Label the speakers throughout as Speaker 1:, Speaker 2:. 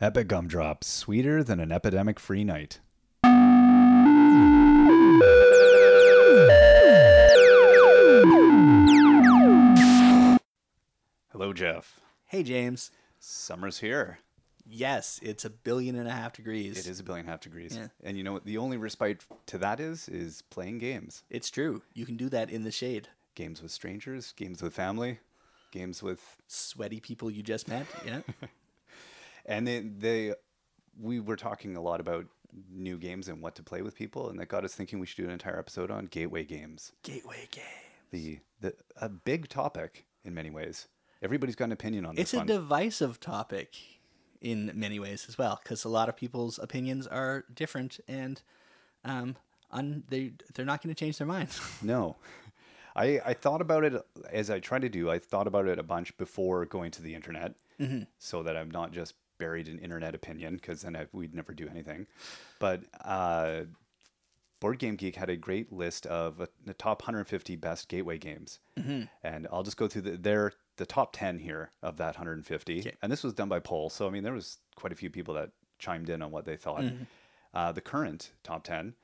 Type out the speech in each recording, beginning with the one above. Speaker 1: Epic gumdrops, sweeter than an epidemic free night. Hello, Jeff.
Speaker 2: Hey, James.
Speaker 1: Summer's here.
Speaker 2: Yes, it's a billion and a half degrees.
Speaker 1: It is a billion and a half degrees.
Speaker 2: Yeah.
Speaker 1: And you know what? The only respite to that is is playing games.
Speaker 2: It's true. You can do that in the shade.
Speaker 1: Games with strangers, games with family, games with
Speaker 2: Sweaty people you just met. Yeah.
Speaker 1: and they they we were talking a lot about new games and what to play with people and that got us thinking we should do an entire episode on gateway games.
Speaker 2: Gateway game.
Speaker 1: The the a big topic in many ways. Everybody's got an opinion on
Speaker 2: It's
Speaker 1: this
Speaker 2: a
Speaker 1: one.
Speaker 2: divisive topic in many ways as well, because a lot of people's opinions are different and um, un- they, they're not going to change their minds.
Speaker 1: No. I, I thought about it as I try to do. I thought about it a bunch before going to the internet
Speaker 2: Mm-hmm.
Speaker 1: so that I'm not just buried in internet opinion because then I, we'd never do anything. But uh, Board Game Geek had a great list of uh, the top 150 best gateway games. And I'll just go through the, their, the top 10 here of that 150.
Speaker 2: Okay.
Speaker 1: And this was done by poll. So, I mean, there was quite a few people that chimed in on what they thought. Uh, the current top 10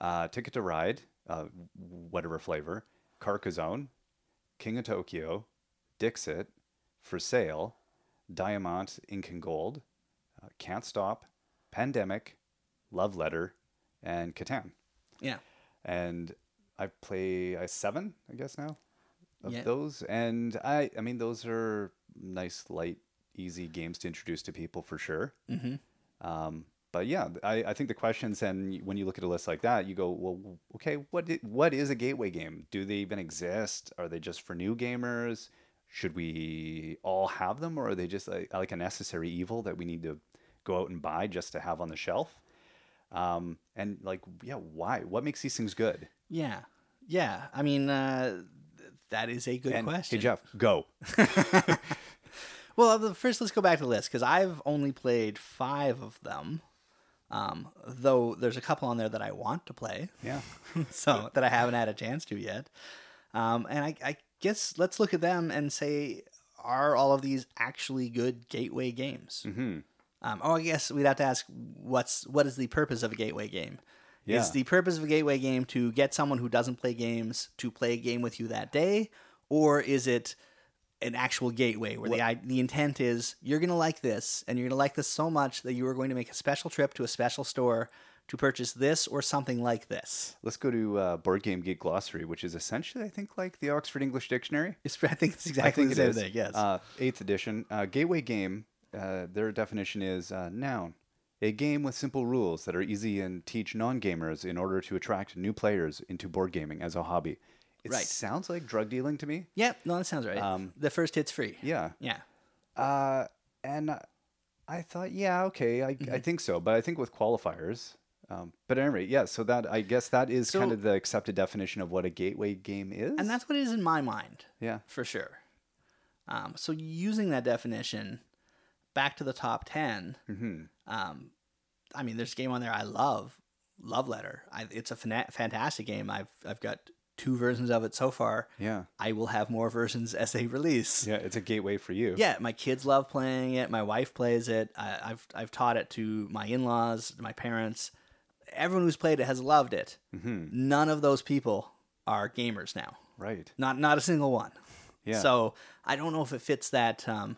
Speaker 1: uh, Ticket to Ride, uh, whatever flavor, Carcassonne, King of Tokyo, Dixit, For Sale, Diamant, Ink and Gold, uh, Can't Stop, Pandemic, Love Letter, and Catan.
Speaker 2: yeah.
Speaker 1: And I play I seven, I guess now, of
Speaker 2: Yeah.
Speaker 1: those. And I, I mean, those are nice, light, easy games to introduce to people for sure.
Speaker 2: Mhm.
Speaker 1: Um, but yeah, I, I think the questions and when you look at a list like that, you go, well, okay, what i- what is a gateway game? Do they even exist? Are they just for new gamers? Should we all have them, or are they just like, like a necessary evil that we need to go out and buy just to have on the shelf? Um, and like, yeah, why? What makes these things good?
Speaker 2: Yeah. Yeah. I mean, uh, th- that is a good
Speaker 1: and
Speaker 2: question.
Speaker 1: hey, Jeff, go.
Speaker 2: Well, the first let's go back to the list because I've only played five of them. Um, though there's a couple on there that I want to play,
Speaker 1: Yeah,
Speaker 2: so that I haven't had a chance to yet. Um, and I, I guess let's look at them and say, are all of these actually good gateway games?
Speaker 1: hmm
Speaker 2: Um, oh, I guess we'd have to ask what's what is the purpose of a gateway game?
Speaker 1: yeah.
Speaker 2: Is the purpose of a gateway game to get someone who doesn't play games to play a game with you that day, or is it an actual gateway where the I, the intent is you're going to like this and you're going to like this so much that you are going to make a special trip to a special store to purchase this or something like this?
Speaker 1: Let's go to uh, Board Game Geek Glossary, which is essentially, I think, like the Oxford English Dictionary.
Speaker 2: It's- I think it's
Speaker 1: I
Speaker 2: exactly
Speaker 1: think
Speaker 2: the
Speaker 1: it
Speaker 2: same
Speaker 1: is.
Speaker 2: thing. Yes.
Speaker 1: Uh, eighth edition. Uh, gateway game, uh, their definition is uh, noun, a game with simple rules that are easy and teach non gamers in order to attract new players into board gaming as a hobby. It
Speaker 2: Right.
Speaker 1: sounds like drug dealing to me.
Speaker 2: yeah. No, that sounds right.
Speaker 1: um,
Speaker 2: the first hit's free.
Speaker 1: Yeah.
Speaker 2: Yeah.
Speaker 1: Uh, and I- I thought, yeah, okay, I,
Speaker 2: Mm-hmm.
Speaker 1: I think so, but I think with qualifiers. Um, but at any rate, yeah. So that I guess that is kind
Speaker 2: So-
Speaker 1: of the accepted definition of what a gateway game is.
Speaker 2: And that's what it is in my mind.
Speaker 1: yeah,
Speaker 2: for sure. Um, so using that definition, back to the top 10
Speaker 1: Mm-hmm,
Speaker 2: Um, I mean, there's a game on there I love, Love Letter. I, it's a fana- fantastic game. I've I've got two versions of it so far.
Speaker 1: yeah,
Speaker 2: I will have more versions as they release.
Speaker 1: yeah. It's a gateway for you.
Speaker 2: Yeah, my kids love playing it. My wife plays it. I, I've I've taught it to my in-laws, my parents. Everyone who's played it has loved it. None of those people are gamers now.
Speaker 1: Right.
Speaker 2: Not not a single one.
Speaker 1: Yeah.
Speaker 2: So I don't know if it fits that um,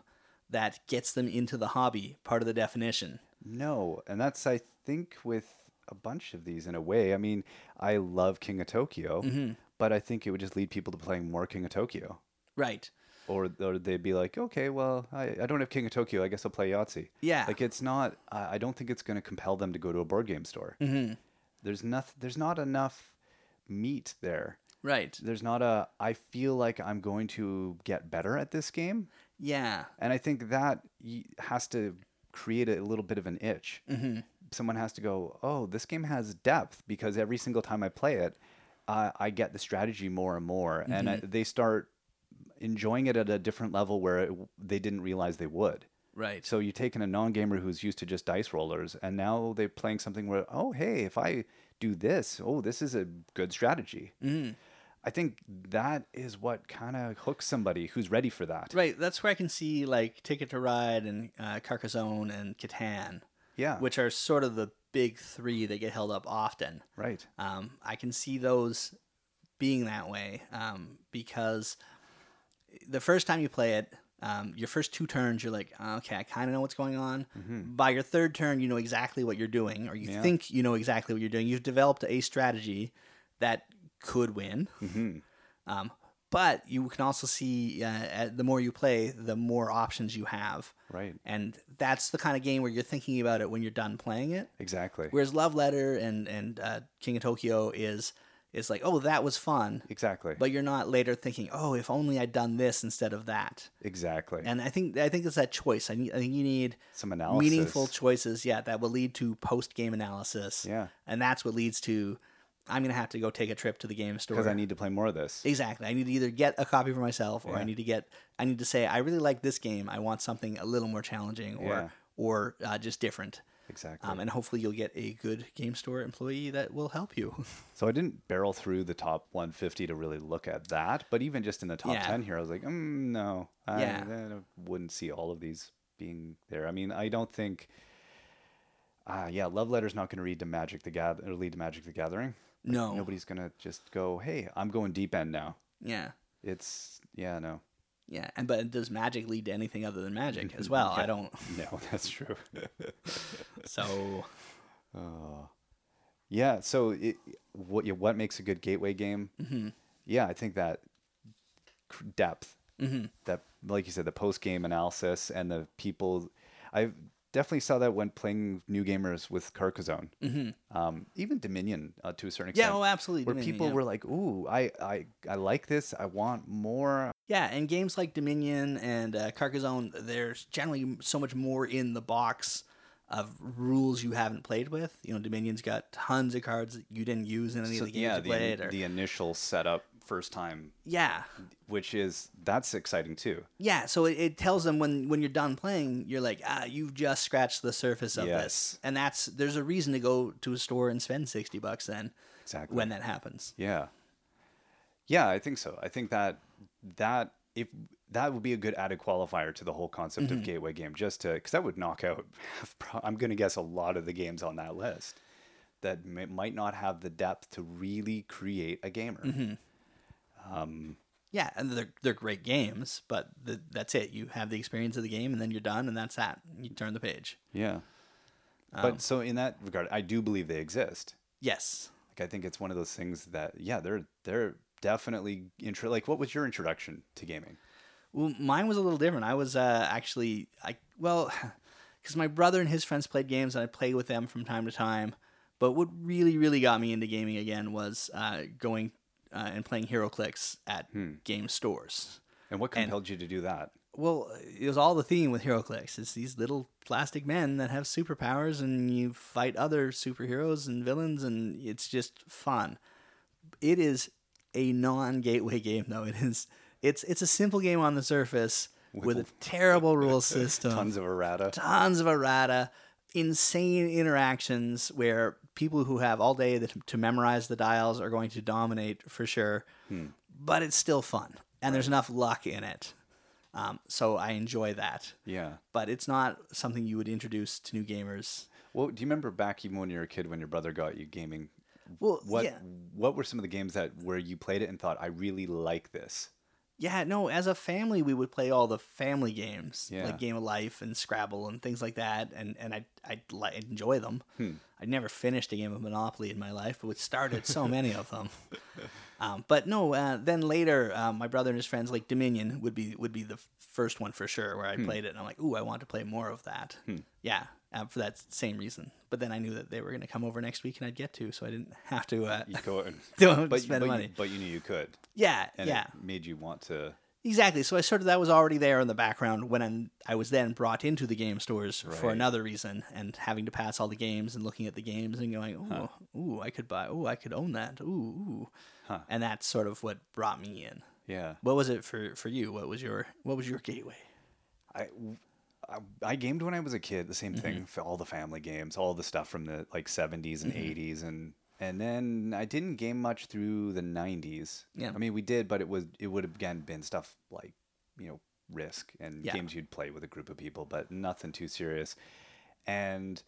Speaker 2: that gets them into the hobby part of the definition.
Speaker 1: No, and that's I think with a bunch of these in a way. I mean, I love King of Tokyo,
Speaker 2: Mm-hmm.
Speaker 1: but I think it would just lead people to playing more King of Tokyo,
Speaker 2: Right.
Speaker 1: or or they'd be like, okay, well, I, I don't have King of Tokyo, I guess I'll play Yahtzee.
Speaker 2: Yeah.
Speaker 1: like it's not. I I don't think it's going to compel them to go to a board game store. There's nothing. There's not enough meat there.
Speaker 2: Right.
Speaker 1: There's not a. I feel like I'm going to get better at this game.
Speaker 2: Yeah.
Speaker 1: And I think that y- has to create a little bit of an itch. Someone has to go, oh, this game has depth because every single time I play it, uh, I get the strategy more and more. And I, they start enjoying it at a different level where it, they didn't realize they would.
Speaker 2: Right.
Speaker 1: So you take in a non gamer who's used to just dice rollers, and now they're playing something where, oh, hey, if I do this, oh, this is a good strategy. I think that is what kind of hooks somebody who's ready for that.
Speaker 2: Right, that's where I can see like Ticket to Ride and uh, Carcassonne and Catan,
Speaker 1: Yeah.
Speaker 2: which are sort of the big three that get held up often.
Speaker 1: right.
Speaker 2: Um, I can see those being that way um, because the first time you play it, um, your first two turns, you're like, "Oh, okay, I kind of know what's going on. By your third turn, you know exactly what you're doing, or you
Speaker 1: Yeah.
Speaker 2: think you know exactly what you're doing. You've developed a strategy that could win.
Speaker 1: Mhm.
Speaker 2: Um, but you can also see uh, at- the more you play, the more options you have.
Speaker 1: Right.
Speaker 2: And that's the kind of game where you're thinking about it when you're done playing it.
Speaker 1: Exactly.
Speaker 2: Whereas Love Letter and and uh, King of Tokyo is is like, oh, that was fun,
Speaker 1: exactly.
Speaker 2: but you're not later thinking, oh, if only I'd done this instead of that.
Speaker 1: exactly.
Speaker 2: And I think I think it's that choice. I need I think you need
Speaker 1: Some analysis.
Speaker 2: meaningful choices, yeah, that will lead to post game analysis.
Speaker 1: Yeah.
Speaker 2: and that's what leads to I'm gonna have to go take a trip to the game store.
Speaker 1: Because I need to play more of this.
Speaker 2: Exactly. I need to either get a copy for myself or I
Speaker 1: Yeah.
Speaker 2: need to get I need to say I really like this game. I want something a little more challenging or
Speaker 1: Yeah.
Speaker 2: or uh, just different.
Speaker 1: Exactly.
Speaker 2: Um, and hopefully you'll get a good game store employee that will help you.
Speaker 1: so I didn't barrel through the top 150 to really look at that, but even just in the top
Speaker 2: Yeah.
Speaker 1: 10 here, I was like, mm, no, I,
Speaker 2: Yeah.
Speaker 1: I wouldn't see all of these being there. I mean, I don't think. Ah, yeah, love letter's not going to read to Magic the Gather or lead to Magic the Gathering.
Speaker 2: no.
Speaker 1: Nobody's going to just go, "Hey, I'm going deep end now."
Speaker 2: Yeah.
Speaker 1: It's yeah, no,
Speaker 2: Yeah. And but does magic lead to anything other than magic as well? I don't.
Speaker 1: no, that's true.
Speaker 2: So
Speaker 1: Yeah. So it, what yeah, what makes a good gateway game? Mm-hmm. Yeah, I think that cr- depth, mm-hmm. that like you said, the post game analysis and the people. I definitely saw that when playing new gamers with Carcassonne, mm-hmm. um, even Dominion uh, to a certain
Speaker 2: Yeah,
Speaker 1: extent.
Speaker 2: oh, absolutely,
Speaker 1: Where
Speaker 2: Dominion,
Speaker 1: people
Speaker 2: yeah.
Speaker 1: were like, "Ooh, I, I I like this. I want more."
Speaker 2: yeah, and games like Dominion and uh, Carcassonne, there's generally so much more in the box of rules you haven't played with. You know, Dominion's got tons of cards that you didn't use in any
Speaker 1: So,
Speaker 2: of the games
Speaker 1: yeah,
Speaker 2: you
Speaker 1: the,
Speaker 2: played. or,
Speaker 1: the initial setup first time,
Speaker 2: yeah,
Speaker 1: which is that's exciting too.
Speaker 2: Yeah, so it, it tells them when when you're done playing, you're like, ah, you've just scratched the surface of this,
Speaker 1: Yes.
Speaker 2: and that's there's a reason to go to a store and spend sixty bucks then,
Speaker 1: Exactly.
Speaker 2: when that happens.
Speaker 1: Yeah. Yeah, I think so. I think that that if that would be a good added qualifier to the whole concept of gateway game just to cuz that would knock out half pro- I'm going to guess a lot of the games on that list that may, might not have the depth to really create a gamer.
Speaker 2: Yeah, and they're they're great games, but the, that's it. You have the experience of the game, and then you're done, and that's that. You turn the page.
Speaker 1: Yeah. but so in that regard, I do believe they exist.
Speaker 2: Yes.
Speaker 1: Like I think it's one of those things that yeah, they're they're definitely intro like what was your introduction to gaming?
Speaker 2: Well, mine was a little different. I was uh, actually, I well, because my brother and his friends played games, and I played with them from time to time. But what really, really got me into gaming again was uh, going uh, and playing HeroClix at game stores.
Speaker 1: And what compelled you to do that?
Speaker 2: Well, it was all the theme with HeroClix. It's these little plastic men that have superpowers, and you fight other superheroes and villains, and it's just fun. It is a non-gateway game, though. It is. It's it's a simple game on the surface with, a terrible rule system,
Speaker 1: Tons of errata.
Speaker 2: tons of errata, insane interactions where people who have all day to, to memorize the dials are going to dominate for sure. But it's still fun, and there's enough luck in it. Um, so I enjoy that.
Speaker 1: Yeah.
Speaker 2: But it's not something you would introduce to new gamers.
Speaker 1: Well, do you remember back even when you were a kid when your brother got you gaming?
Speaker 2: Well,
Speaker 1: What
Speaker 2: yeah,
Speaker 1: what were some of the games that where you played it and thought I really like this?
Speaker 2: yeah, no. As a family, we would play all the family games,
Speaker 1: Yeah.
Speaker 2: like Game of Life and Scrabble and things like that, and and I I li- enjoy them.
Speaker 1: Hmm.
Speaker 2: I never finished a game of Monopoly in my life, but we started so many of them. Um, but no, uh, then later, uh, my brother and his friends like Dominion would be would be the f- first one for sure where
Speaker 1: Hmm.
Speaker 2: I played it, and I'm like, ooh, I want to play more of that. Yeah, uh, for that same reason. But then I knew that they were going to come over next week, and I'd get to, so I didn't have to uh,
Speaker 1: You go and
Speaker 2: don't
Speaker 1: but, you-
Speaker 2: spend
Speaker 1: but
Speaker 2: money.
Speaker 1: You, but you knew you could,
Speaker 2: yeah,
Speaker 1: and
Speaker 2: yeah,
Speaker 1: it made you want to.
Speaker 2: exactly. So I sort of that was already there in the background when I'm, I was then brought into the game stores for
Speaker 1: Right.
Speaker 2: another reason, and having to pass all the games and looking at the games and going, ooh, ooh, I could buy, ooh, I could own that, ooh, ooh, and that's sort of what brought me in.
Speaker 1: Yeah,
Speaker 2: What was it for for you? What was your what was your gateway?
Speaker 1: I, I I gamed
Speaker 2: Mm-hmm.
Speaker 1: when I was a kid. The same thing for all the family games, all the stuff from the like seventies and 80s and And then I didn't game much through the 90s.
Speaker 2: Yeah.
Speaker 1: I mean, we did, but it was it would have again been stuff like, you know, Risk and
Speaker 2: Yeah.
Speaker 1: games you'd play with a group of people, but nothing too serious. And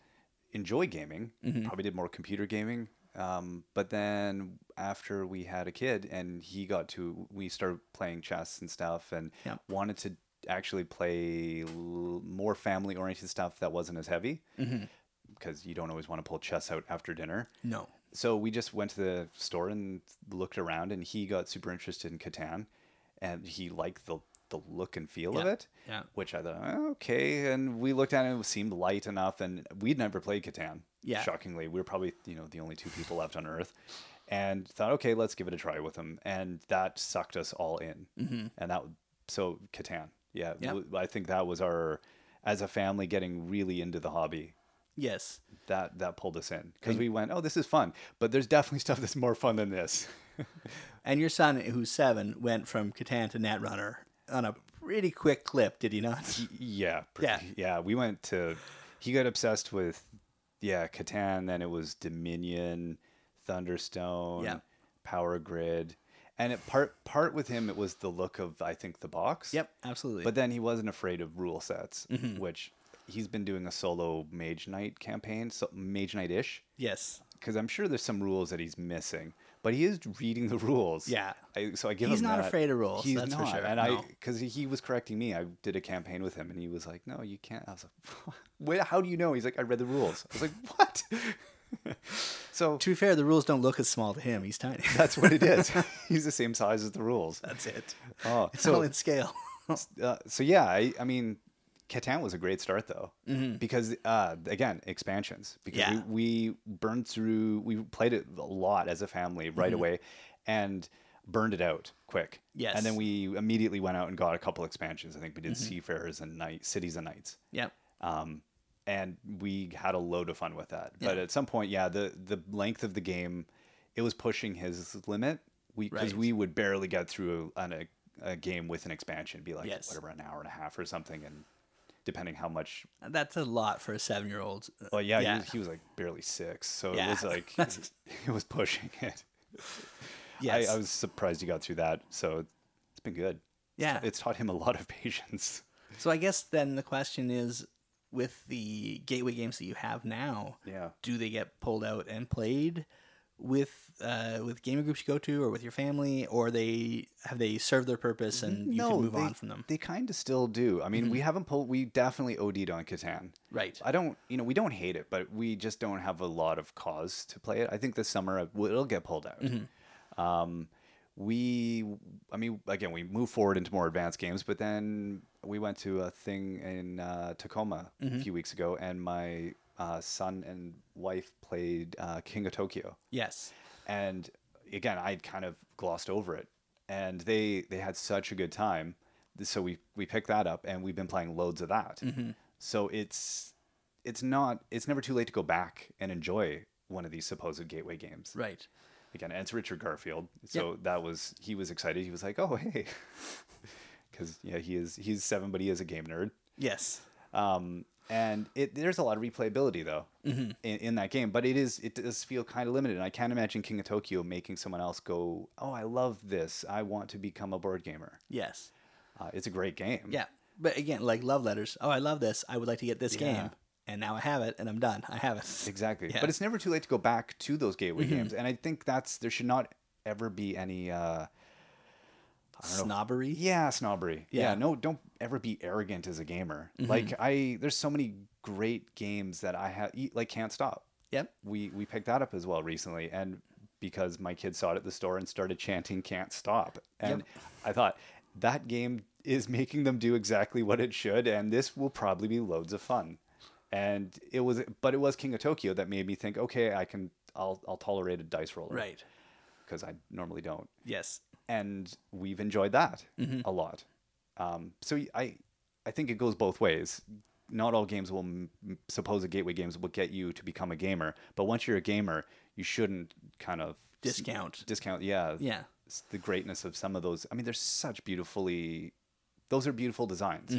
Speaker 1: enjoy gaming. Probably did more computer gaming. Um, but then after we had a kid and he got to, we started playing chess and stuff and
Speaker 2: Yeah.
Speaker 1: wanted to actually play l- more family oriented stuff that wasn't as heavy because you don't always want to pull chess out after dinner
Speaker 2: No.
Speaker 1: so we just went to the store and looked around and he got super interested in Catan and he liked the the look and feel of
Speaker 2: Yeah,
Speaker 1: it.
Speaker 2: yeah.
Speaker 1: Which I thought, "Oh, okay. And we looked at it and it seemed light enough and we'd never played Catan.
Speaker 2: Yeah.
Speaker 1: Shockingly. We were probably, you know, the only two people left on Earth. And thought, okay, let's give it a try with him. And that sucked us all in. Mm-hmm. And that so Catan. Yeah.
Speaker 2: Yeah.
Speaker 1: w- I think that was our as a family getting really into the hobby
Speaker 2: Yes.
Speaker 1: that that pulled us in because we went, oh, this is fun, but there's definitely stuff that's more fun than this.
Speaker 2: And your son, who's seven, went from Catan to Netrunner on a pretty quick clip, did he not?
Speaker 1: yeah, pr-
Speaker 2: Yeah.
Speaker 1: yeah. We went to, he got obsessed with, yeah, Catan. Then it was Dominion, Thunderstone,
Speaker 2: Yeah.
Speaker 1: Power Grid, and it part part with him it was the look of I think the box.
Speaker 2: yep, absolutely.
Speaker 1: But then he wasn't afraid of rule sets, which he's been doing a solo Mage Knight campaign, so Mage Knight ish.
Speaker 2: yes.
Speaker 1: because I'm sure there's some rules that he's missing, but he is reading the rules.
Speaker 2: Yeah.
Speaker 1: I, so I give
Speaker 2: He's
Speaker 1: him
Speaker 2: not
Speaker 1: that.
Speaker 2: afraid of rules,
Speaker 1: He's
Speaker 2: that's for
Speaker 1: not.
Speaker 2: sure,
Speaker 1: And I
Speaker 2: no.
Speaker 1: because he was correcting me. I did a campaign with him, and he was like, "No, you can't." I was like, "Wait, how do you know?" He's like, "I read the rules." I was like, "What?" so
Speaker 2: To be fair, the rules don't look as small to him. He's tiny.
Speaker 1: that's what it is. he's the same size as the rules.
Speaker 2: That's it.
Speaker 1: Oh,
Speaker 2: It's all
Speaker 1: so
Speaker 2: in scale.
Speaker 1: uh, so yeah, I, I mean, Catan was a great start though, because uh, again, expansions. Because
Speaker 2: Mm-hmm. Yeah.
Speaker 1: we, we burned through, we played it a lot as a family
Speaker 2: Mm-hmm.
Speaker 1: right away, and burned it out quick.
Speaker 2: Yes. Mm-hmm.
Speaker 1: And then we immediately went out and got a couple expansions. I think we did Seafarers and Night Cities and Knights.
Speaker 2: yep.
Speaker 1: Um, and we had a load of fun with that. But at some point, yeah, the the length of the game, it was pushing his limit. We because
Speaker 2: Right.
Speaker 1: we would barely get through an, a a game with an expansion, be like
Speaker 2: Yes.
Speaker 1: whatever an hour and a half or something, and depending how much.
Speaker 2: That's a lot for a seven year old.
Speaker 1: Well, Oh, yeah,
Speaker 2: Yeah.
Speaker 1: He, was, he was like barely six, so it
Speaker 2: Yeah.
Speaker 1: was like it was pushing it.
Speaker 2: Yes.
Speaker 1: I, I was surprised he got through that. So it's been good.
Speaker 2: yeah.
Speaker 1: It's taught him a lot of patience.
Speaker 2: So I guess then the question is with the gateway games that you have now,
Speaker 1: Yeah.
Speaker 2: do they get pulled out and played with uh, with gaming groups you go to or with your family or they have they served their purpose and you can move
Speaker 1: they,
Speaker 2: on from them? Mm-hmm.
Speaker 1: They kind of still do. I mean, we haven't pulled. We definitely OD'd on Catan.
Speaker 2: Right.
Speaker 1: I don't. You know, we don't hate it, but we just don't have a lot of cause to play it. I think this summer it will- it'll get pulled out.
Speaker 2: Mm-hmm.
Speaker 1: Um, we, I mean, again, we move forward into more advanced games, but then we went to a thing in uh, Tacoma
Speaker 2: Mm-hmm.
Speaker 1: a few weeks ago, and my uh, son and wife played uh, King of Tokyo
Speaker 2: Yes.
Speaker 1: and again i'd kind of glossed over it and they they had such a good time so we we picked that up and we've been playing loads of that so it's it's not it's never too late to go back and enjoy one of these supposed gateway games
Speaker 2: Right.
Speaker 1: again and it's richard garfield so that was he was excited he was like oh hey because yeah he is he's seven but he is a game nerd
Speaker 2: Yes.
Speaker 1: um, and it, there's a lot of replayability though
Speaker 2: Mm-hmm.
Speaker 1: in, in that game, but it is it does feel kind of limited. And I can't imagine King of Tokyo making someone else go, "Oh, I love this. I want to become a board gamer."
Speaker 2: Yes.
Speaker 1: Uh, it's a great game.
Speaker 2: Yeah. But again, like love letters. Oh, I love this. I would like to get this game.
Speaker 1: Yeah.
Speaker 2: And now I have it and I'm done. I have it.
Speaker 1: exactly.
Speaker 2: Yeah. Mm-hmm.
Speaker 1: But it's never too late to go back to those gateway games, and I think that's there should not ever be any. Uh,
Speaker 2: Snobbery.
Speaker 1: Yeah, snobbery. Yeah.
Speaker 2: Yeah. Mm-hmm.
Speaker 1: no, don't ever be arrogant as a gamer. Like I, there's so many great games that I have, like can't stop.
Speaker 2: Yep.
Speaker 1: we we picked that up as well recently and because my kids saw it at the store and started chanting can't stop and i thought that game is making them do exactly what it should and this will probably be loads of fun and it was but it was king of tokyo that made me think okay i can i'll i'll tolerate a dice roller
Speaker 2: Right.
Speaker 1: because i normally don't
Speaker 2: Yes.
Speaker 1: and we've enjoyed that a lot. Um, so y- I, I think it goes both ways. Not all games will, m- m- supposed gateway games will get you to become a gamer, but once you're a gamer, you shouldn't kind of s-
Speaker 2: Discount.
Speaker 1: discount, yeah,
Speaker 2: Yeah.
Speaker 1: s- the greatness of some of those. I mean, they're such beautifully, those are beautiful designs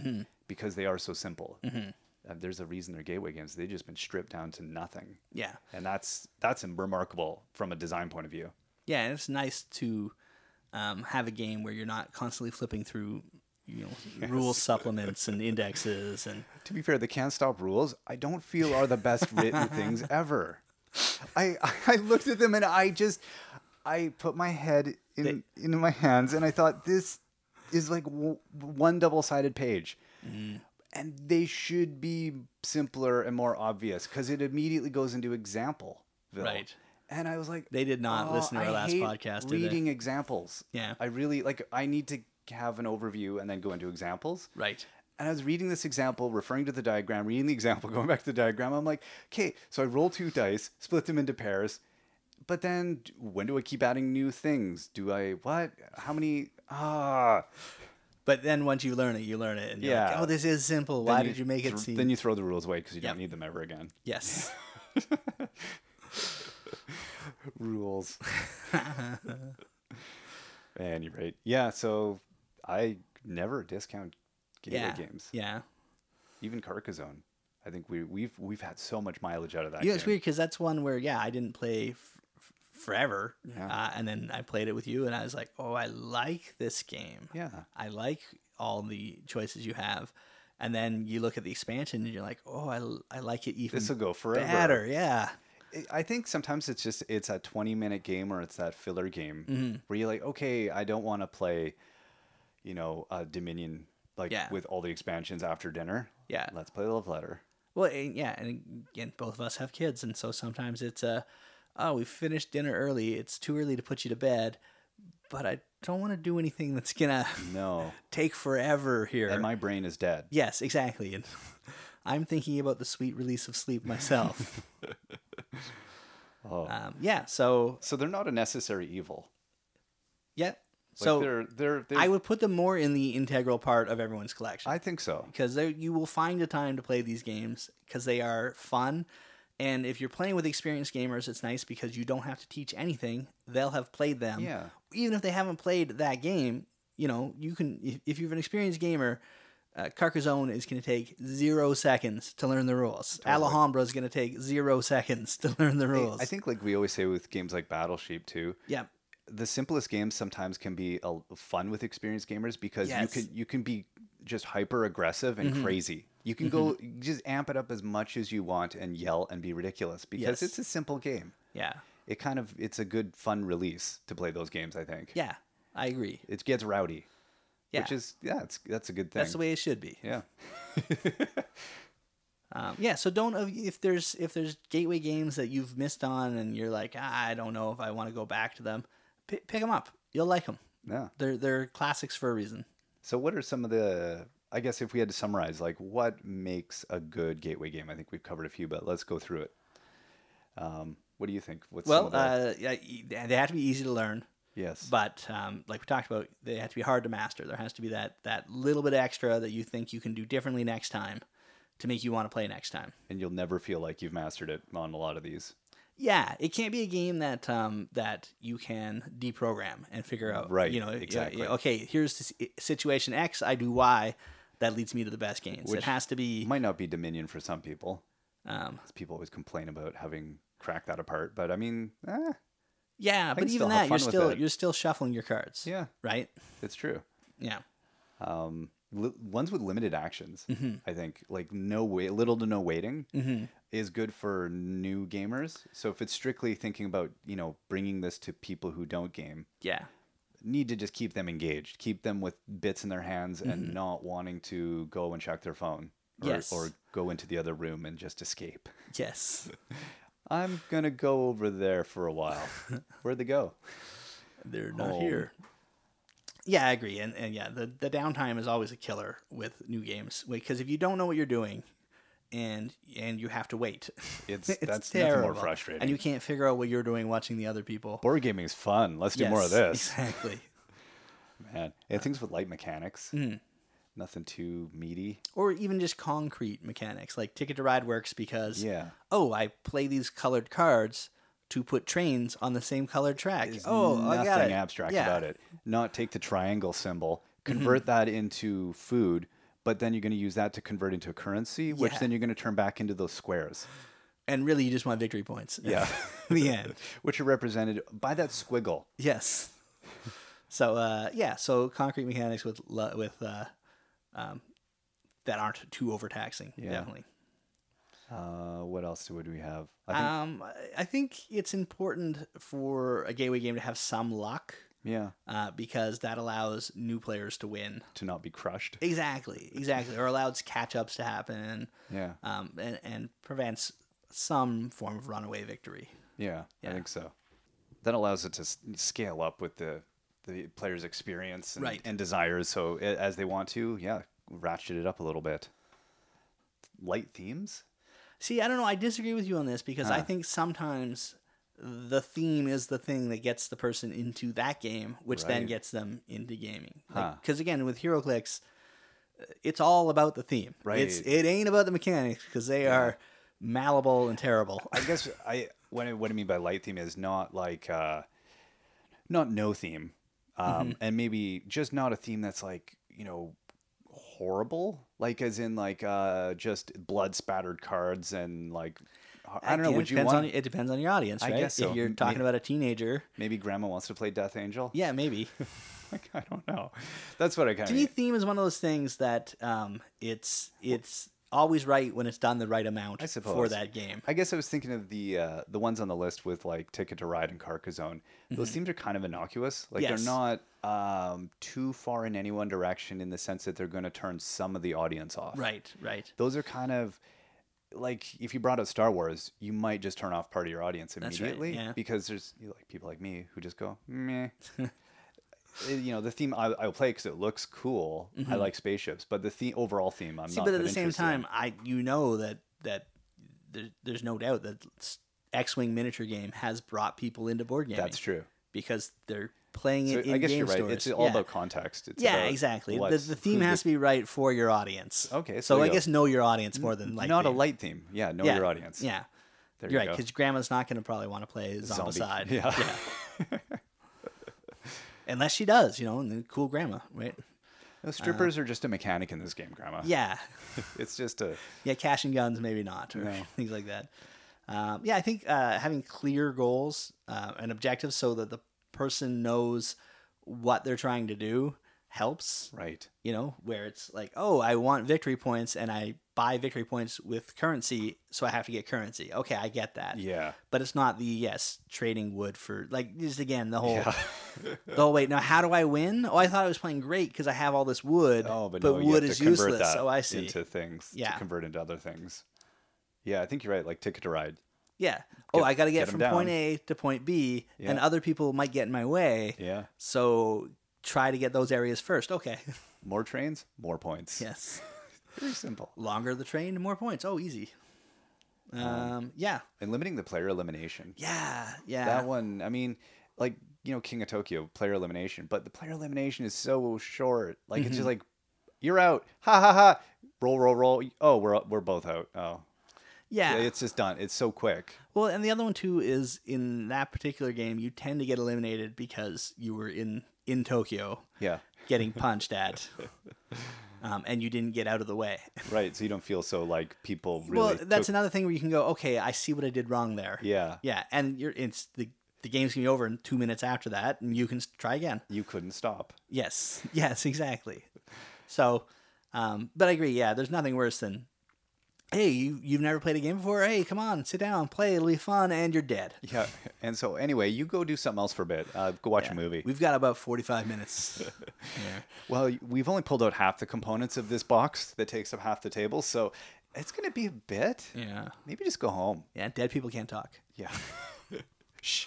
Speaker 1: because they are so simple. uh, there's a reason they're gateway games. They've just been stripped down to nothing,
Speaker 2: Yeah.
Speaker 1: and that's that's remarkable from a design point of view.
Speaker 2: Yeah, and it's nice to um, have a game where you're not constantly flipping through you know rule supplements and indexes and
Speaker 1: To be fair, the can't stop rules I don't feel are the best written things ever. I I looked at them and I just I put my head in into my hands and I thought this is like w- one double sided page.
Speaker 2: Mm.
Speaker 1: And they should be simpler and more obvious because it immediately goes into example.
Speaker 2: Right.
Speaker 1: And I was like,
Speaker 2: They did not listen to our last
Speaker 1: Oh, hate
Speaker 2: podcast, did they?"
Speaker 1: Reading examples.
Speaker 2: Yeah.
Speaker 1: I really like. I need to have an overview and then go into examples.
Speaker 2: right.
Speaker 1: And I was reading this example, referring to the diagram, reading the example, going back to the diagram. I'm like, okay, so I roll two dice, split them into pairs. But then d- when do I keep adding new things? Do I, what? How many? Ah.
Speaker 2: But then once you learn it, you learn it, and you're like,
Speaker 1: Yeah.
Speaker 2: oh, this is simple. Why
Speaker 1: Then
Speaker 2: did you make it
Speaker 1: thr-
Speaker 2: seem?
Speaker 1: Then you throw the rules away because you
Speaker 2: Yep.
Speaker 1: don't need them ever again.
Speaker 2: yes.
Speaker 1: Rules. and you're right. Yeah, so I never discount gateway
Speaker 2: yeah.
Speaker 1: games.
Speaker 2: Yeah.
Speaker 1: Even Carcassonne. I think we, we've we've had so much mileage out of that
Speaker 2: You know,
Speaker 1: game.
Speaker 2: it's weird because that's one where yeah, I didn't play f- f- forever, uh, and then I played it with you, and I was like, oh, I like this game.
Speaker 1: Yeah.
Speaker 2: I like all the choices you have, and then you look at the expansion, and you're like, oh, I, l- I like it even
Speaker 1: This will go forever.
Speaker 2: better. Yeah.
Speaker 1: I- I think sometimes it's just it's a 20 minute game or it's that filler game
Speaker 2: Mm-hmm.
Speaker 1: where you're like, okay, I don't want to play, you know, uh, Dominion like
Speaker 2: Yeah.
Speaker 1: with all the expansions after dinner.
Speaker 2: Yeah.
Speaker 1: let's play Love Letter.
Speaker 2: Well, and, yeah, and again, both of us have kids, and so sometimes it's uh, oh, we finished dinner early. It's too early to put you to bed, but I don't want to do anything that's gonna
Speaker 1: No,
Speaker 2: take forever here.
Speaker 1: and my brain is dead.
Speaker 2: Yes, exactly. And I'm thinking about the sweet release of sleep myself.
Speaker 1: Oh.
Speaker 2: Um, yeah. So
Speaker 1: So they're not a necessary evil.
Speaker 2: yeah.
Speaker 1: Like
Speaker 2: so
Speaker 1: they're they're, they're
Speaker 2: I would put them more in the integral part of everyone's collection
Speaker 1: I think so.
Speaker 2: because you will find the time to play these games because they are fun. And if you're playing with experienced gamers, it's nice because you don't have to teach anything. They'll have played them.
Speaker 1: Yeah.
Speaker 2: Even if they haven't played that game, you know, you can, if, if you're an experienced gamer, uh, Carcassonne is going to take zero seconds to learn the rules. Alhambra is going to take zero seconds to learn the rules.
Speaker 1: I think like we always say with games like Battleship too,
Speaker 2: Yeah.
Speaker 1: the simplest games sometimes can be a, fun with experienced gamers because
Speaker 2: Yes. Mm-hmm.
Speaker 1: you can you can be just hyper aggressive and crazy. You can go just amp it up as much as you want and yell and be ridiculous because
Speaker 2: Yes.
Speaker 1: it's a simple game.
Speaker 2: Yeah.
Speaker 1: It kind of it's a good fun release to play those games. I think.
Speaker 2: Yeah. I agree.
Speaker 1: It gets rowdy,
Speaker 2: Yeah.
Speaker 1: which is yeah, it's that's a good thing.
Speaker 2: That's the way it should be.
Speaker 1: yeah,
Speaker 2: Um, yeah, so don't if there's if there's gateway games that you've missed on and you're like "Ah, I don't know if I want to go back to them, p- pick them up. You'll like them.
Speaker 1: yeah.
Speaker 2: They're they're classics for a reason.
Speaker 1: So what are some of the I guess if we had to summarize, like what makes a good gateway game? I think we've covered a few, but let's go through it. Um, what do you think? What's some
Speaker 2: Well,
Speaker 1: of the-
Speaker 2: uh, yeah, e- they have to be easy to learn,
Speaker 1: yes,
Speaker 2: but um, like we talked about, they have to be hard to master. There has to be that that little bit extra that you think you can do differently next time to make you want to play next time.
Speaker 1: and you'll never feel like you've mastered it on a lot of these.
Speaker 2: Yeah, it can't be a game that um, that you can deprogram and figure out.
Speaker 1: Right,
Speaker 2: You know yeah, yeah,
Speaker 1: exactly.
Speaker 2: okay, here's the si- situation X. I do Y. That leads me to the best gains. it
Speaker 1: Which
Speaker 2: has to
Speaker 1: It
Speaker 2: be.
Speaker 1: might not be Dominion for some people.
Speaker 2: Um,
Speaker 1: People always complain about having cracked that apart, but I mean, eh,
Speaker 2: yeah, but
Speaker 1: can
Speaker 2: even
Speaker 1: still have
Speaker 2: that, you're
Speaker 1: fun with
Speaker 2: still
Speaker 1: it.
Speaker 2: you're still shuffling your cards.
Speaker 1: yeah,
Speaker 2: Right.
Speaker 1: it's true.
Speaker 2: Yeah.
Speaker 1: Um, li- ones with limited actions, I think, like no wait, little to no waiting, is good for new gamers. So if it's strictly thinking about you know bringing this to people who don't game,
Speaker 2: Yeah.
Speaker 1: need to just keep them engaged, keep them with bits in their hands and not wanting to go and check their phone or,
Speaker 2: Yes.
Speaker 1: or go into the other room and just escape.
Speaker 2: Yes.
Speaker 1: I'm gonna go over there for a while. Where'd they go?
Speaker 2: They're not
Speaker 1: Oh.
Speaker 2: here. Yeah, I agree. And, and yeah, the, the downtime is always a killer with new games because if you don't know what you're doing and and you have to wait,
Speaker 1: It's, that's nothing more frustrating.
Speaker 2: And you can't figure out what you're doing watching the other people.
Speaker 1: Board gaming is fun. Let's do more of
Speaker 2: Yes,
Speaker 1: this,
Speaker 2: Exactly.
Speaker 1: man. And things with light mechanics,
Speaker 2: Mm.
Speaker 1: nothing too meaty.
Speaker 2: Or even just concrete mechanics. Like Ticket to Ride works because,
Speaker 1: Yeah.
Speaker 2: oh, I play these colored cards to put trains on the same colored track. oh,
Speaker 1: nothing
Speaker 2: I got it.
Speaker 1: abstract
Speaker 2: Yeah. Mm-hmm.
Speaker 1: about it. Not take the triangle symbol, convert that into food, but then you're going to use that to convert into a currency, which
Speaker 2: Yeah.
Speaker 1: then you're going to turn back into those squares.
Speaker 2: And really, you just want victory points.
Speaker 1: Yeah.
Speaker 2: the end.
Speaker 1: which are represented by that squiggle.
Speaker 2: Yes. So uh, yeah, so concrete mechanics with lo- with uh, um, that aren't too overtaxing. Definitely.
Speaker 1: Uh, what else would we have? I think,
Speaker 2: Um, I- I think it's important for a gateway game to have some luck
Speaker 1: yeah,
Speaker 2: uh, because that allows new players to win.
Speaker 1: to not be crushed.
Speaker 2: Exactly, exactly, or allows catch ups to happen,
Speaker 1: Yeah,
Speaker 2: um, and and prevents some form of runaway victory.
Speaker 1: yeah, I think so. That allows it to s- scale up with the the player's experience and,
Speaker 2: Right.
Speaker 1: and desires. So a- as they want to, yeah, ratchet it up a little bit. Light themes.
Speaker 2: See, I don't know. I disagree with you on this because I
Speaker 1: Huh.
Speaker 2: think sometimes the theme is the thing that gets the person into that game, which then
Speaker 1: Right.
Speaker 2: gets them into gaming.
Speaker 1: Huh.
Speaker 2: Because again, with HeroClix, it's all about the theme. It's
Speaker 1: Right.
Speaker 2: it ain't about the mechanics because they are malleable and terrible.
Speaker 1: I guess I what I, what I mean by light theme is not like uh, not no theme, um,
Speaker 2: Mm-hmm.
Speaker 1: and maybe just not a theme that's like you know horrible, like as in like uh, just blood spattered cards and like I don't know.
Speaker 2: Again,
Speaker 1: Would
Speaker 2: it
Speaker 1: you
Speaker 2: depends
Speaker 1: want
Speaker 2: on it depends on your audience,
Speaker 1: I
Speaker 2: right?
Speaker 1: guess so.
Speaker 2: If you're
Speaker 1: M-
Speaker 2: talking
Speaker 1: may-
Speaker 2: about a teenager,
Speaker 1: maybe Grandma wants to play Death Angel?
Speaker 2: yeah, maybe.
Speaker 1: like, I don't know. That's what I kind
Speaker 2: to
Speaker 1: of
Speaker 2: me, theme is one of those things that um, it's it's always right when it's done the right amount
Speaker 1: I
Speaker 2: for
Speaker 1: suppose.
Speaker 2: that game.
Speaker 1: I guess I was thinking of the uh, the ones on the list with like Ticket to Ride and Carcassonne. Those themes are kind of innocuous. Like
Speaker 2: Mm-hmm. Yes.
Speaker 1: they're not um, too far in any one direction in the sense that they're going to turn some of the audience off.
Speaker 2: Right, right.
Speaker 1: Those are kind of like if you brought up Star Wars, you might just turn off part of your audience
Speaker 2: That's right,
Speaker 1: immediately
Speaker 2: yeah.
Speaker 1: because there's you know, like people like me who just go meh. Uh, you know the theme I, I'll play because it looks cool. I like spaceships, but the theme overall theme I'm
Speaker 2: Mm-hmm. See,
Speaker 1: not.
Speaker 2: but at
Speaker 1: that
Speaker 2: the same
Speaker 1: interested in.
Speaker 2: time, I you know that that there, there's no doubt that s- X-wing miniature game has brought people into board gaming.
Speaker 1: that's true.
Speaker 2: because they're playing
Speaker 1: So
Speaker 2: it in
Speaker 1: I guess
Speaker 2: game
Speaker 1: you're right.
Speaker 2: stores.
Speaker 1: It's all
Speaker 2: yeah.
Speaker 1: about context. It's
Speaker 2: yeah,
Speaker 1: about
Speaker 2: exactly. The,
Speaker 1: what's-
Speaker 2: the theme
Speaker 1: who
Speaker 2: has to be right for your audience.
Speaker 1: Okay, so
Speaker 2: so,
Speaker 1: there
Speaker 2: I
Speaker 1: you go.
Speaker 2: guess know your audience more than like
Speaker 1: not a
Speaker 2: theme.
Speaker 1: light theme. Yeah, know
Speaker 2: yeah.
Speaker 1: your audience.
Speaker 2: Yeah,
Speaker 1: there
Speaker 2: you're
Speaker 1: you
Speaker 2: right.
Speaker 1: go.
Speaker 2: Because grandma's not going to probably want to play
Speaker 1: Zombie.
Speaker 2: Zombicide
Speaker 1: Yeah.
Speaker 2: unless she does, you know, and then cool grandma, right?
Speaker 1: Uh. No, strippers are just a mechanic in this game, Grandma.
Speaker 2: Uh-huh. Yeah,
Speaker 1: it's just a
Speaker 2: yeah, cash and guns, maybe not, or
Speaker 1: No.
Speaker 2: things like that. Um, yeah, I think uh, having clear goals uh, and objectives so that the person knows what they're trying to do helps.
Speaker 1: right.
Speaker 2: You know, where it's like, oh, I want victory points, and I buy victory points with currency, so I have to get currency. Okay, I get that.
Speaker 1: Yeah.
Speaker 2: But it's not the yes trading wood for like just again the whole the whole wait. Now how do I win? Oh, I thought I was playing great because I have all this wood.
Speaker 1: Oh, but, no, you
Speaker 2: wood
Speaker 1: have
Speaker 2: is
Speaker 1: to convert
Speaker 2: useless.
Speaker 1: that
Speaker 2: oh, I see.
Speaker 1: into things.
Speaker 2: Yeah.
Speaker 1: To convert into other things. Yeah, I think you're right. Like Ticket to Ride.
Speaker 2: Yeah. oh, I got to get,
Speaker 1: get 'em
Speaker 2: from point
Speaker 1: down.
Speaker 2: A to point B, and
Speaker 1: Yeah.
Speaker 2: other people might get in my way.
Speaker 1: Yeah.
Speaker 2: So try to get those areas first. Okay.
Speaker 1: More trains, more points.
Speaker 2: yes.
Speaker 1: Very simple.
Speaker 2: Longer the train, more points. Oh, easy. Um. Yeah.
Speaker 1: And limiting the player elimination.
Speaker 2: Yeah. Yeah.
Speaker 1: That one, I mean, like, you know, King of Tokyo, player elimination, but the player elimination is so short. Like,
Speaker 2: Mm-hmm.
Speaker 1: it's just like, you're out. Ha ha ha. Roll, roll, roll. Oh, we're, we're both out. Oh.
Speaker 2: yeah.
Speaker 1: It's just done. It's so quick.
Speaker 2: well, and the other one too is in that particular game, you tend to get eliminated because you were in in Tokyo
Speaker 1: Yeah.
Speaker 2: getting punched at, um, and you didn't get out of the way.
Speaker 1: Right. So you don't feel so like people really.
Speaker 2: well, that's
Speaker 1: took-
Speaker 2: another thing where you can go, okay, I see what I did wrong there.
Speaker 1: Yeah.
Speaker 2: Yeah, and you're it's the the game's gonna be over in two minutes after that, and you can s- try again.
Speaker 1: You couldn't stop.
Speaker 2: Yes, yes, exactly. So, um, but I agree. Yeah, there's nothing worse than, hey, you you've never played a game before. Hey, come on, sit down, play. It'll be fun, and you're dead.
Speaker 1: Yeah. And so, anyway, you go do something else for a bit. Uh, go watch a movie.
Speaker 2: We've got about 45 minutes. Yeah.
Speaker 1: Well, we've only pulled out half the components of this box that takes up half the table. So it's going to be a bit.
Speaker 2: yeah,
Speaker 1: Maybe just go home.
Speaker 2: yeah. Dead people can't talk.
Speaker 1: Yeah. Shh.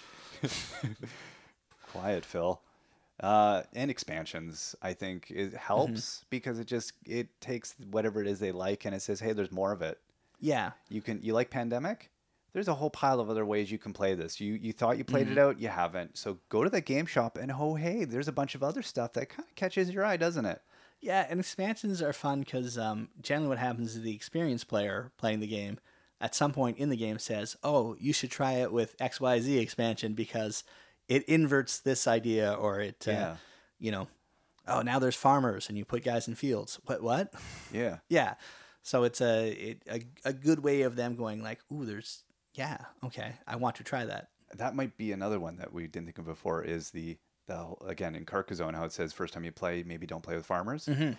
Speaker 1: Quiet, Phil. Uh, and expansions, I think, it helps because it just it takes whatever it is they like and it says, hey, there's more of it.
Speaker 2: Yeah,
Speaker 1: You can you like Pandemic? There's a whole pile of other ways you can play this. You you thought you played it out, you haven't. So go to the game shop and oh hey, there's a bunch of other stuff that kind of catches your eye, doesn't it?
Speaker 2: yeah. And expansions are fun because um, generally what happens is the experienced player playing the game at some point in the game says, "Oh, you should try it with X Y Z expansion because it inverts this idea or it, uh,
Speaker 1: Yeah.
Speaker 2: you know, oh now there's farmers and you put guys in fields what what
Speaker 1: Yeah.
Speaker 2: yeah so it's a, it, a a good way of them going like ooh there's yeah okay i want to try that
Speaker 1: That might be another one that we didn't think of before is the, the whole- again, in Carcassonne, how it says first time you play, maybe don't play with farmers.
Speaker 2: Mm-hmm.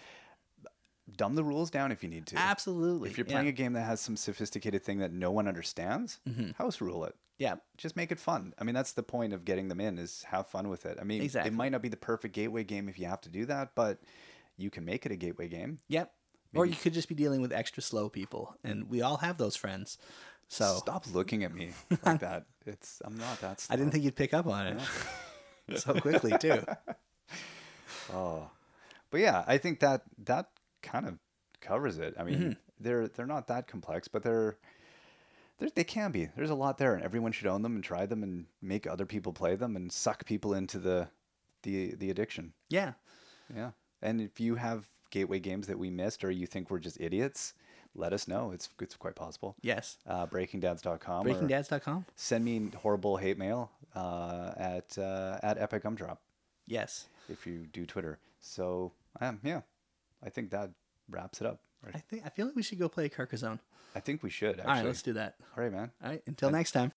Speaker 1: Dumb the rules down if you need to.
Speaker 2: absolutely
Speaker 1: If you're
Speaker 2: yeah. Mm-hmm.
Speaker 1: playing a game that has some sophisticated thing that no one understands, house rule it.
Speaker 2: yeah
Speaker 1: Just make it fun. I mean, that's the point of getting them in is have fun with it. I mean,
Speaker 2: Exactly.
Speaker 1: it might not be the perfect gateway game if you have to do that, but you can make it a gateway game.
Speaker 2: yep or you could just be dealing with extra slow people and we all have those friends so
Speaker 1: Stop looking at me like that. It's I'm not that. Slow.
Speaker 2: i didn't think you'd pick up on it so quickly too
Speaker 1: Oh. But yeah, I think that that kind of covers it. I mean, they're they're not that complex, but they're, they're they can be. There's a lot there, and everyone should own them and try them and make other people play them and suck people into the the the addiction.
Speaker 2: yeah
Speaker 1: Yeah. And if you have gateway games that we missed or you think we're just idiots, let us know. It's it's quite possible.
Speaker 2: yes
Speaker 1: Uh, breakingdads.com or
Speaker 2: breakingdads.com
Speaker 1: send me horrible hate mail uh, at uh, at Epic Gumdrop
Speaker 2: yes
Speaker 1: if you do Twitter. So um, yeah, I think that wraps it up.
Speaker 2: i think i feel like we should go play carcassonne
Speaker 1: I think we should actually.
Speaker 2: all right let's do that
Speaker 1: All right man.
Speaker 2: all right until next time